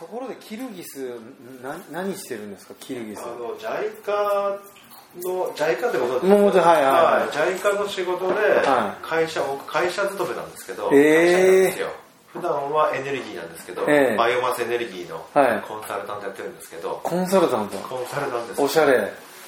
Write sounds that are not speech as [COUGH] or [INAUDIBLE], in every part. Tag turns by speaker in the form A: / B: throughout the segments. A: ころでキルギスな何してるんですかキルギス
B: あの JICA の JICA ってことです
A: もうはいはい
B: は
A: はい
B: JICA の仕事で
A: は
B: 会社、僕会社勤めなんですけど、
A: えー
B: 会社員なんですよ普段はエネルギーなんですけど、
A: ええ
B: バイオマスエネルギーの
A: はい
B: コンサルタントやってるんですけど、
A: コンサルタント
B: コンサルなんです
A: おしゃれ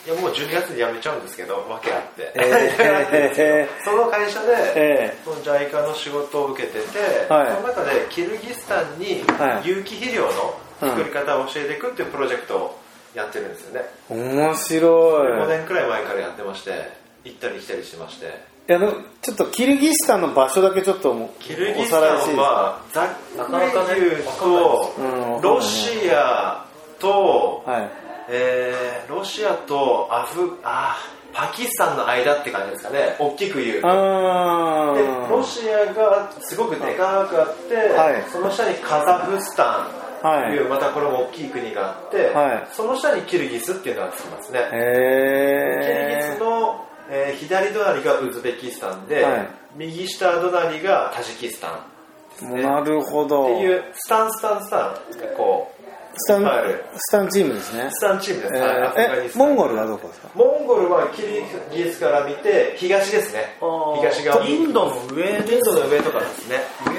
B: いやもう12月に辞めちゃうんですけど訳あって、
A: ええ
B: [LAUGHS] その会社で、
A: [LAUGHS] え
B: その JICA の仕事を受けてて、
A: はい
B: その中でキルギスタンに
A: はい
B: 有機肥料の作り方を教えていくっていうプロジェクトをやってるんですよね、
A: え面白
B: 5
A: い
B: 年くらい前からやってまして行ったり来たりしてまして
A: いやでもちょっとキルギスタンの場所だけちょっとも
B: キルギ
A: お
B: ス
A: さ
B: タン
A: らいしていいですか
B: はざっ
C: なかなか
B: く
C: ね
B: り言うと
A: うん
B: ロシアと、
A: はい
B: えーロシアとアフあーパキスタンの間って感じですかね大きく言うと
A: あ
B: で
A: ー
B: ロシアがすごくでかくあって、
A: はい
B: その下にカザフスタンという、
A: は
B: またこれも大きい国があって、
A: はい
B: その下にキルギスっていうのがつきますね、
A: い
B: キルギス
A: へえ
B: の、えー左隣がウズベキスタンで、
A: はい
B: 右下隣がタジキスタンっ
A: なるほど
B: ていうスタンスタンスタンがこう
A: スタン
B: はい
A: スタンチームですね
B: スタンチームです、
A: え
B: はいアフガ
A: ー
B: ニ
A: え
B: スタ
A: モ
B: ン
A: ンゴルはどこですか
B: モンゴルはキルギスから見て東ですね東側
C: インドの上で
B: インドの上とかですね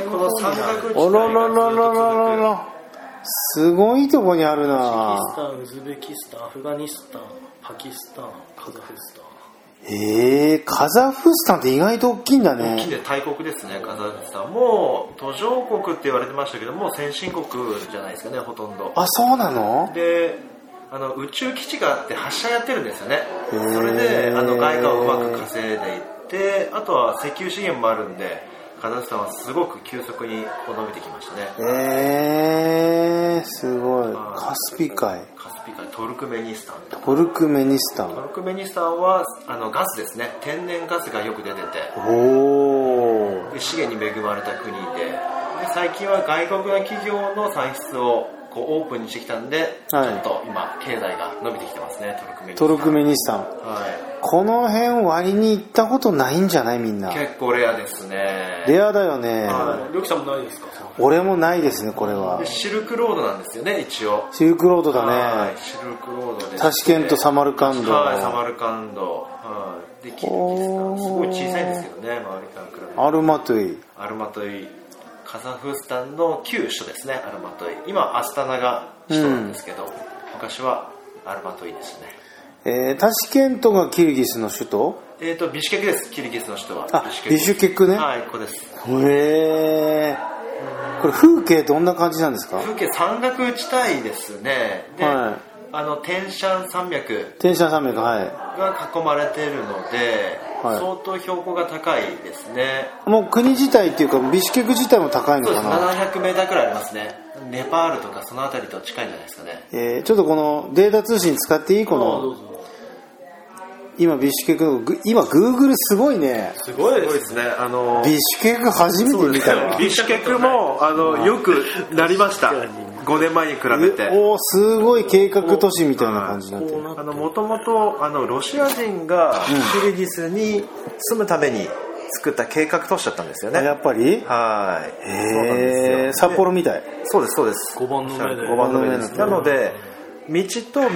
B: この三角地帯が
A: お
B: ずっと
A: ろろろろろろ
B: 続く
A: ろすごいとこにあるな
C: パキスタンウズベキスタンアフガニスタンパキスタンカザフスタン
A: えー、カザフスタンって意外と大きいんだ
B: 大きいん
A: ね。
B: で大国ですね、カザフスタン。もう途上国って言われてましたけど、もう先進国じゃないですかね、ほとんど。
A: あ、そうなの
B: で、あの宇宙基地があって発射やってるんですよね。そ
A: ー
B: れで、あの外貨をうまく稼いでいって、あとは石油資源もあるんで、カザフスタンはすごく急速にこう伸びてきましたね。
A: えー、すごい。
B: あー
A: カスピ海、
B: カスピ海、トルクメニスタンと。
A: トルクメニスタ
B: ト
A: ン。
B: ルクメニスタンはあのガスですね、天然ガスがよく出てて。
A: おー。
B: で資源に恵まれた国でで最近は外国の企業の産出をこうオープンにしてきたんで、
A: はい
B: ちょっと今経済が伸びてきてますねトルクメニスタ
A: ト
B: ン
A: ルクメニスタン。
B: は、。
A: この辺割に行ったことないんじゃないみんない
B: 結構レアですね
A: レアだよね。
B: は
C: りょうきさんもないですか
A: 俺もないですね、これは
B: で。シルクロードなんですよね一応
A: シルクロードだ
B: は
A: ね
B: い。シルクロードで
A: タシケント、サマルカンド。
B: はいサマルカンド、はい、でキルギスタンすごい小さいんですけどね周りから比べて
A: アルマトゥイ。
B: アルマトイカザフスタンの旧首都ですねアルマトイ今アスタナが首都なんですけど、昔はアルマトイでしたね
A: えー、タシケントがキルギスの首都
B: えっ、とビシュケクですキルギスの首都は
A: あ、ビシュケクね。
B: はいここです
A: へえこれ風景どんな感じなんですか
B: 風景山岳地帯ですねで、
A: はい
B: あの天シャン山脈
A: 天山山脈は
B: が囲まれているので、
A: はい
B: 相当標高が高いですね
A: いもう国自体っていうかビシュケク自体も高いの
B: そうで
A: か
B: す
A: な、
B: 700メーターくらいありますねネパールとかその辺りと近いんじゃないですかね
A: えーちょっとこのデータ通信使っていいこ
C: あどう
A: の
C: ぞ
A: 今ビシュケクのぐ今グーグルすごいね
B: すごいですねあの
A: ビシュケク初めて見たわ
B: ビシュケクもあのよくなりました5年前に比べて
A: おおすごい計画都市みたいな感じになってる
B: あのもともとあのロシア人がキルギスに住むために作った計画都市だったんですよ
A: あ
B: ね
A: やっぱり
B: はいそうなん
A: へえ
B: ですよ
A: 札幌みたい
B: そうですそうです
C: 5番の目で
B: 5番の目です
A: 五
B: な
A: 番の
B: の
A: 目
B: で道と道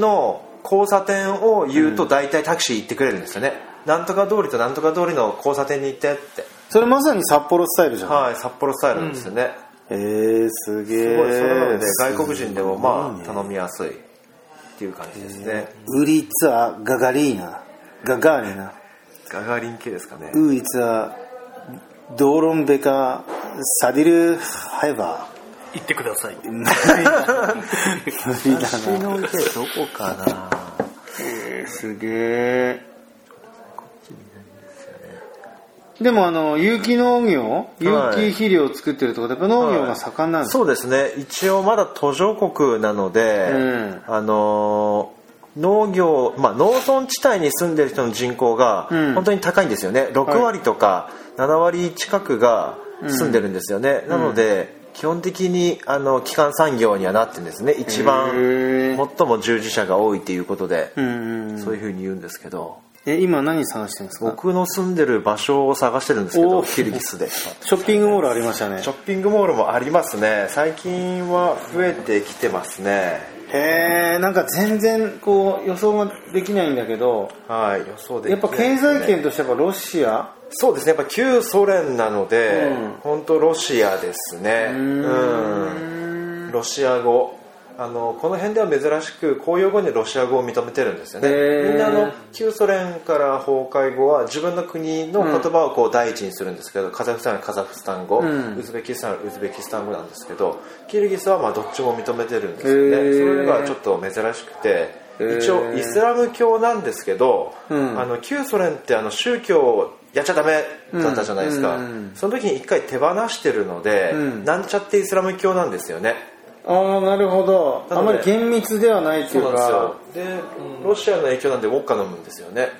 B: の交差点を言うと大体タクシー行ってくれるんですよね、なんとか通りとなんとか通りの交差点に行ってって
A: それまさに札幌スタイルじゃん、
B: はい札幌スタイルなんですよね、
A: えー、すげえ
B: すごいそれなので外国人でもまあ頼みやすいっていう感じですね
A: ウリツァガガリーナガガーリナ
B: ガガーリン系ですかね
A: ウーイツはドーロンベカサディルハイバ
C: 行ってください
A: ー無理だ
B: 私
A: な
B: の家どこかな
A: すげえでもあの有機農業有機肥料を作ってるところでやっぱ農業が盛んなんです
B: そうですね一応まだ途上国なので、
A: うん
B: あのー農業、まあ、農村地帯に住んでる人の人口が
A: うん
B: 本当に高いんですよね、6割とか7割近くが住んでるんですよね、なので基本的にあの基幹産業にはなってるんですね一番
A: へー
B: 最も従事者が多いということで、
A: うんうん
B: そういうふうに言うんですけど
A: え今何探してるんですか
B: 僕の住んでる場所を探してるんですけど
A: お
B: キルギスで
A: ショッピングモールありましたね
B: ショッピングモールもありますね最近は増えてきてますね
A: へえんか全然こう予想ができないんだけど
B: はい予想でき
A: やっぱ経済
B: 圏
A: 圏としてやっぱロシア
B: そうですねやっぱ旧ソ連なので、
A: うん
B: 本当ロシアですねうんロシア語あのこの辺では珍しく公用語にロシア語を認めてるんですよね
A: へー
B: みんなあの旧ソ連から崩壊後は自分の国の言葉をこう第一にするんですけど、カザフスタンはカザフスタン語、
A: うん
B: ウズベキスタンはウズベキスタン語なんですけどキルギスはまあどっちも認めてるんですよね
A: へ
B: そ
A: ー
B: れがちょっと珍しくて
A: ー
B: 一応イスラム教なんですけど、
A: うん
B: あの旧ソ連ってあの宗教をやっちゃダメだったじゃないですか、
A: うんうん
B: その時に一回手放してるので、
A: うん
B: なんちゃってイスラム教なんですよね
A: ああなるほど
B: なので
A: あまり厳密ではないって
B: そ
A: いうう
B: な
A: か
B: んですよで、うんロシアの影響なんでウォッカ飲むんですよね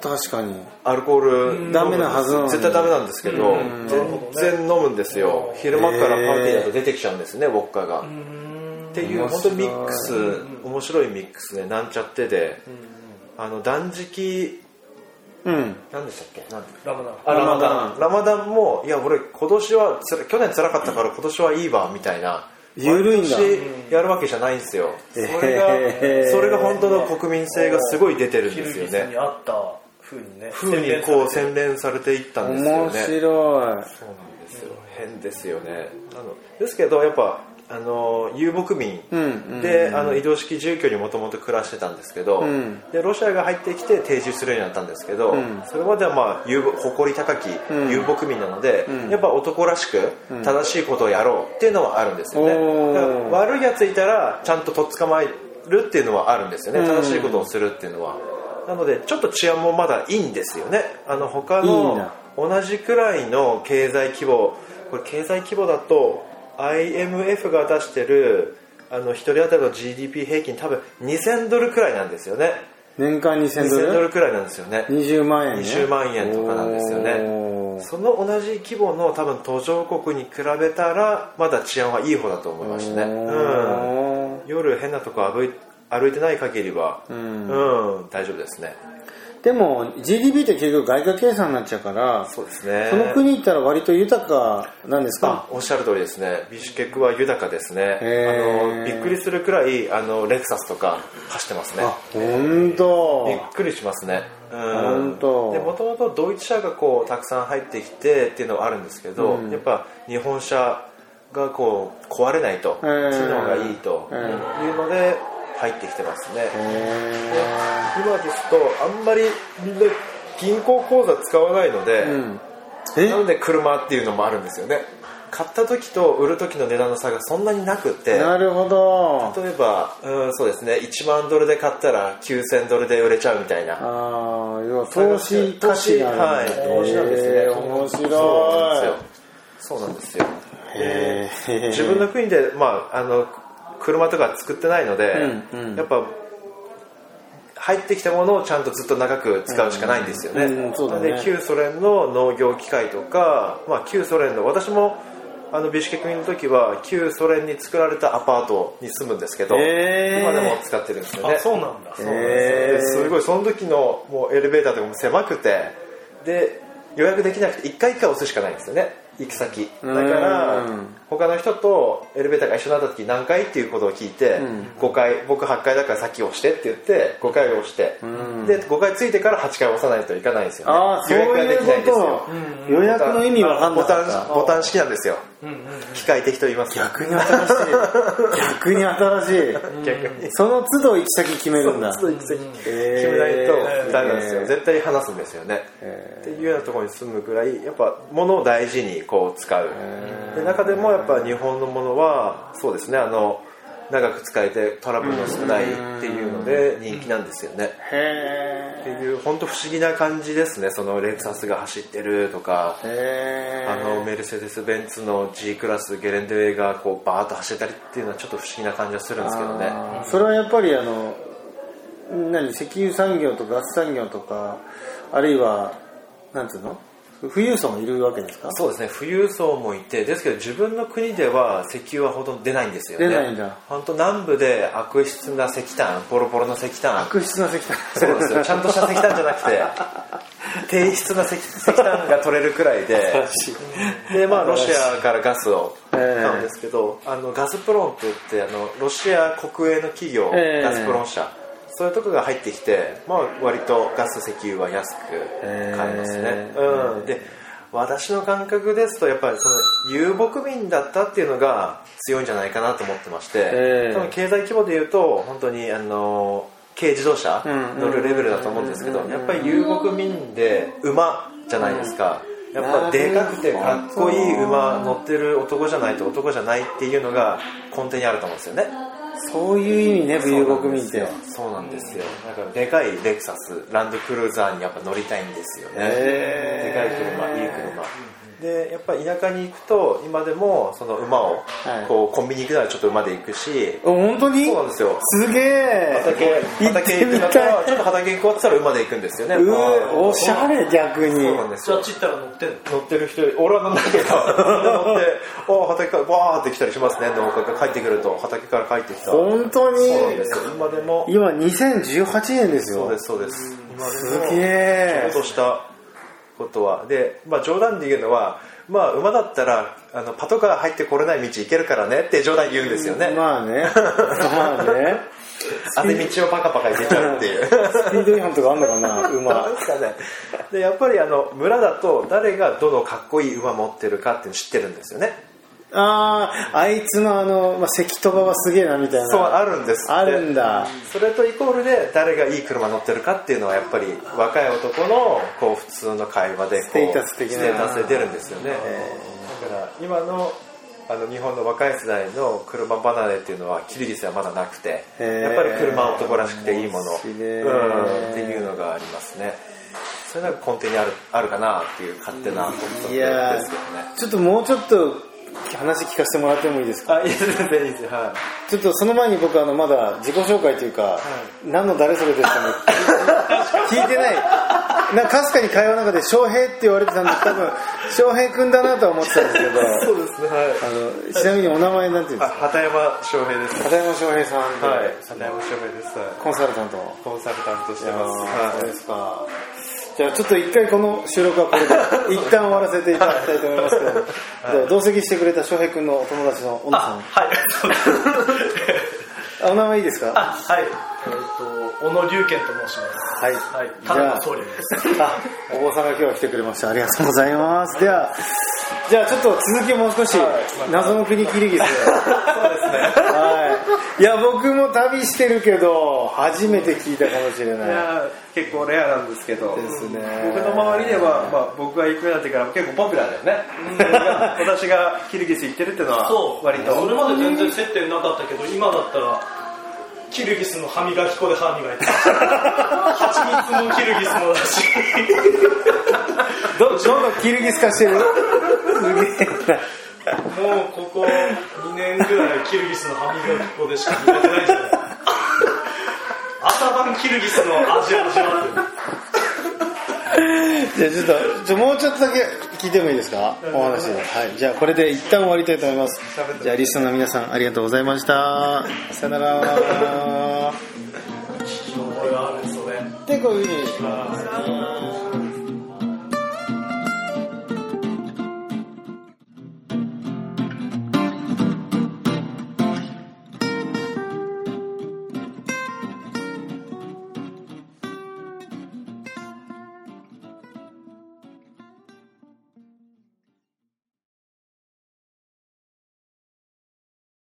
A: 確かに
B: アルコール
A: ダメなはずなのに
B: 絶対ダメなんですけど、全然飲むんですよ昼間からパーティーだと出てきちゃうんですねウォッカが、っていう本当ミックス面白いミックスでなんちゃってで、あの断食
A: うん
B: 何でしたっけなんて
C: ラムダン
B: あラマダ
A: ラマダ
B: ンラマダンもいや俺今年はつら去年辛かったから今年はいいわみたいな
A: 緩いんだ
B: 毎年やるわけじゃないんですよそれが、
A: へー
B: それが本当の国民性がすごい出てるん
C: キ
B: で
C: ル
B: す
C: ギ
B: よ
C: ス
B: ね
C: に合った風にね
B: 風にこう洗練されていったんですよ
A: 面
B: ね
A: 白い
B: そうなんですよ変ですよねあのですけどやっぱあの遊牧民
A: うんうん
B: であの移動式住居にもともと暮らしてたんですけど、
A: うん
B: でロシアが入ってきて定住するようになったんですけど、
A: うん
B: それまでは、まあ、遊牧誇り高き
A: ん
B: 遊牧民なので、
A: ん
B: やっぱ男らしく正しいことをやろうっていうのはあるんですよね、
A: おー
B: だから悪いやついたらちゃんととっ捕まえるっていうのはあるんですよね、
A: うん
B: 正しいことをするっていうのはなのでちょっと治安もまだいいんですよねあの他
A: いいん
B: の
A: だ
B: 同じくらいの経済規模これ経済規模だと IMF が出してるあの1人当たりの GDP 平均多分2000ドルくらいなんですよね
A: 年間2000
B: 2000
A: ド
B: ド
A: ル
B: ルくらいなんですよね
A: 20万円、ね、
B: 20万円とかなんですよ
A: お
B: ね
A: ー
B: その同じ規模の多分途上国に比べたらまだ治安はいい方だと思いましたねうん
A: おー
B: 夜変なとこ歩い歩いてない限りは
A: うん
B: うん大丈夫ですね
A: でも GDP って結局外貨計算になっちゃうから
B: そうですね
A: その国行ったら割と豊かなんです
B: あ
A: か
B: おっしゃる通りですねビシュケクは豊かですね
A: へー
B: あのびっくりするくらいあのレクサスとか貸してますね
A: あ本当。
B: びっくりしますね
A: ほんと
B: もともとドイツ車がこうたくさん入ってきてっていうのはあるんですけど、
A: うん
B: やっぱ日本車がこう壊れないと機
A: うん
B: 能がいいと
A: うん
B: いうので入ってきてますね、
A: へ
B: 今ですとあんまりみんな銀行口座使わないので、
A: ーうん
B: なので車っていうのもあるんですよね買った時と売る時の値段の差がそんなになくって
A: え
B: 例
A: なるほど
B: えばうんそうですね1万ドルで買ったら9000ドルで売れちゃうみたいな
A: ああ要は投資価
B: 投
A: 値
B: 資
A: があ
B: は
A: る
B: い
A: んだ
B: 投資なんですね
A: へー面
B: そう
A: 白
B: なんですよそうなんですよ
A: いへー
B: 自分の国でまああの車とか作ってないので、
A: うんうん
B: やっぱ入ってきたものをちゃんとずっと長く使うしかないんですよね。
A: うんうんそうだ
B: なの
A: ね
B: で旧ソ連の農業機械とか、まあ、旧ソ連の私もあのビシュケクにいる時は旧ソ連に作られたアパートに住むんですけど、
A: へー
B: 今でも使ってるんですよね
C: あ。そうなんだ
A: へ
B: で
A: え
B: すごいその時のもうエレベーターとかも狭くてで予約できなくて一回一回押すしかないんですよね行き先だから
A: うん
B: 他の人とエレベーターが一緒になった時何回っていうことを聞いて、
A: ん
B: 5回僕8回だから先押してって言って5回押して、
A: ん
B: で5回ついてから8回押さないといかないんですよね
A: ああそう
B: 予約ができない
A: い
B: んです
A: う
B: よ
A: こと予約の意味わかんなか
B: ボ
A: っ
B: タン
A: た
B: ボタン式なんですよ
C: うんうんうん
B: 機械的と言いますか
A: 逆に新しい逆に新しい
B: 逆 [LAUGHS] に
A: その都度行き先決めるんだ
B: そう行き先
A: 決
B: 決めないとダメなんですよ、
A: えー
B: 絶対話すんですよね、
A: え
B: っていうようなところに住むぐらいやっぱ物を大事にこう使う、で中でもやっぱ日本のものはそうですねあの長く使えてトラブルの少ないっていうので人気なんですよね、
A: へ
B: っていう本当不思議な感じですねそのレクサスが走ってるとか
A: えへ
B: あのメルセデス・ベンツの G クラスゲレンデがこうバーッと走ってたりっていうのはちょっと不思議な感じがするんですけどね
A: あーそれはやっぱりあの何石油産業とガス産業とかあるいはなんつうの
D: 富裕層もいるわけですか
B: そうですね富裕層もいてですけど自分の国では石油はほとんど出ないんですよね
A: 出ないんだ
B: 本当南部で悪質な石炭ポロポロの石炭
A: 悪質な石炭
B: そうですよちゃんとした石炭じゃなく
A: [LAUGHS]
B: て低質な石石炭が取れるくらいでで、まあ、ロシアからガスを
A: ええ
B: なんですけど、あのガスプロンって言ってあのロシア国営の企業、
A: ええ
B: ガスプロン社そういうとこが入ってきて、まあ、割とガス石油は安く買えますね、
A: ええ
B: うん、で私の感覚ですとやっぱりその遊牧民だったっていうのが強いんじゃないかなと思ってまして、
A: ええ
B: 多分経済規模でいうと本当にあの軽自動車
A: うん
B: 乗るレベルだと思うんですけどやっぱり遊牧民で馬じゃないですか、やっぱでかくてかっこいい馬乗ってる男じゃないと男じゃないっていうのが根底にあると思うんですよね
A: そういう意味ね富裕国民って
B: そうなんですよだからでかいレクサスランドクルーザーにやっぱ乗りたいんですよね、でかい車いい車でやっぱり田舎に行くと今でもその馬を
A: はい
B: こうコンビニ行くならちょっと馬で行くし、
A: お本当に
B: そうなんですよ
A: すげえ
B: 畑畑行くんだったらちょっと畑行こうって言ったら馬で行くんですよね
A: うえおしゃれ逆に
B: そうなんです
C: じゃあ
B: よ
C: あっち行ったら乗ってんの
B: 乗ってる人より俺は乗んないけど乗って「お畑からバーって来たりしますね」農家が帰ってくると畑から帰ってきたそう
A: 本当に
B: なんですよ今でも
A: 今2018年ですよ
B: そうですそうです今です
A: げ
B: も
A: え
B: ちょっとしたことはで、まあ、冗談で言うのは、まあ、馬だったらあのパトカー入ってこれない道行けるからねって冗談言うんですよね、
A: まあねまあね
B: あれ道をパカパカ行けちゃうっていう [LAUGHS]
A: スピード違反とかあんのかな馬
B: なんですかねでやっぱりあの村だと誰がどのかっこいい馬持ってるかっていうの知ってるんですよね
A: あああいつのあの、まあ、関とばはすげえなみたいな
B: そうあるんですって
A: あるんだ
B: それとイコールで誰がいい車乗ってるかっていうのはやっぱり若い男のこう普通の会話でこう
A: ステータス的な
B: ステータスで出るんですよねだから今のあの日本の若い世代の車離れっていうのはキルギスはまだなくて
A: へー
B: やっぱり車は男らしくていいもの、
A: 面白い
B: うん、っていうのがありますねそれが根底にあるあるかなっていう勝手な感覚
A: いや
B: ですけどね
A: ーちょっともうちょっと話聞かせてもらってもいいですか
B: あいいですねいいですねはい
A: ちょっとその前に僕あのまだ自己紹介というか、何の誰それでしたの [LAUGHS] 聞いてないなんかかすかに会話の中で「翔平」って言われてたんで多分翔平君だなとは思ってたんですけど
B: そうですねはい
A: あのちなみにお名前なんていうんで
B: あ
A: すか
B: 畑山翔平です
A: 片山翔平さんで、
B: はい畑山翔平ですはい
A: コンサルタント
B: コンサルタントし
A: い
B: て
A: やー
B: ます。
A: そう
B: は
A: ですかじゃあちょっと一回この収録はこれで [LAUGHS] 一旦終わらせていただきたいと思いますけど、じゃあ同席してくれた翔平君のお友達の小野さん
C: はい
A: あお名前いいですか
C: あはいえっ、と小野龍賢と申します
A: はい、
C: はい
A: じ
C: ただ
A: ゃ
C: の
A: あ
C: 僧侶です
A: あ、お坊さんが今日は来てくれました。ありがとうございます。では、じゃあちょっと続きをもう少し、謎の国キリギス。そうですね。はい。いや、僕も旅してるけど、初めて聞いたかもしれ
B: い、い
A: ない。
B: やー結構レアなんですけど、
A: ですね。
B: 僕の周りでは、まあ、僕が行くようになってから結構ポピュラーだよね。私がキルギス行ってるっての
C: そ
B: は
C: う
B: 割と。
C: それまで全然接点なかったけど今だったらキルギスの歯磨き粉で歯磨いてる蜂蜜もキルギスのだし
A: ど、どんどんキリギス化してる。すげえな。
C: もうここ2年ぐらいキルギスの歯磨き粉でしか磨いてないじゃない朝晩キルギスの味を味わってる
A: じゃあちょっと、ちょもうちょっとだけ聞いてもいいですかお話。はい。じゃあこれで一旦終わりたいと思います。じゃあリストの皆さんありがとうございました。さよなら。
C: 聞き覚えはあるんですよね
A: でこういうふうに。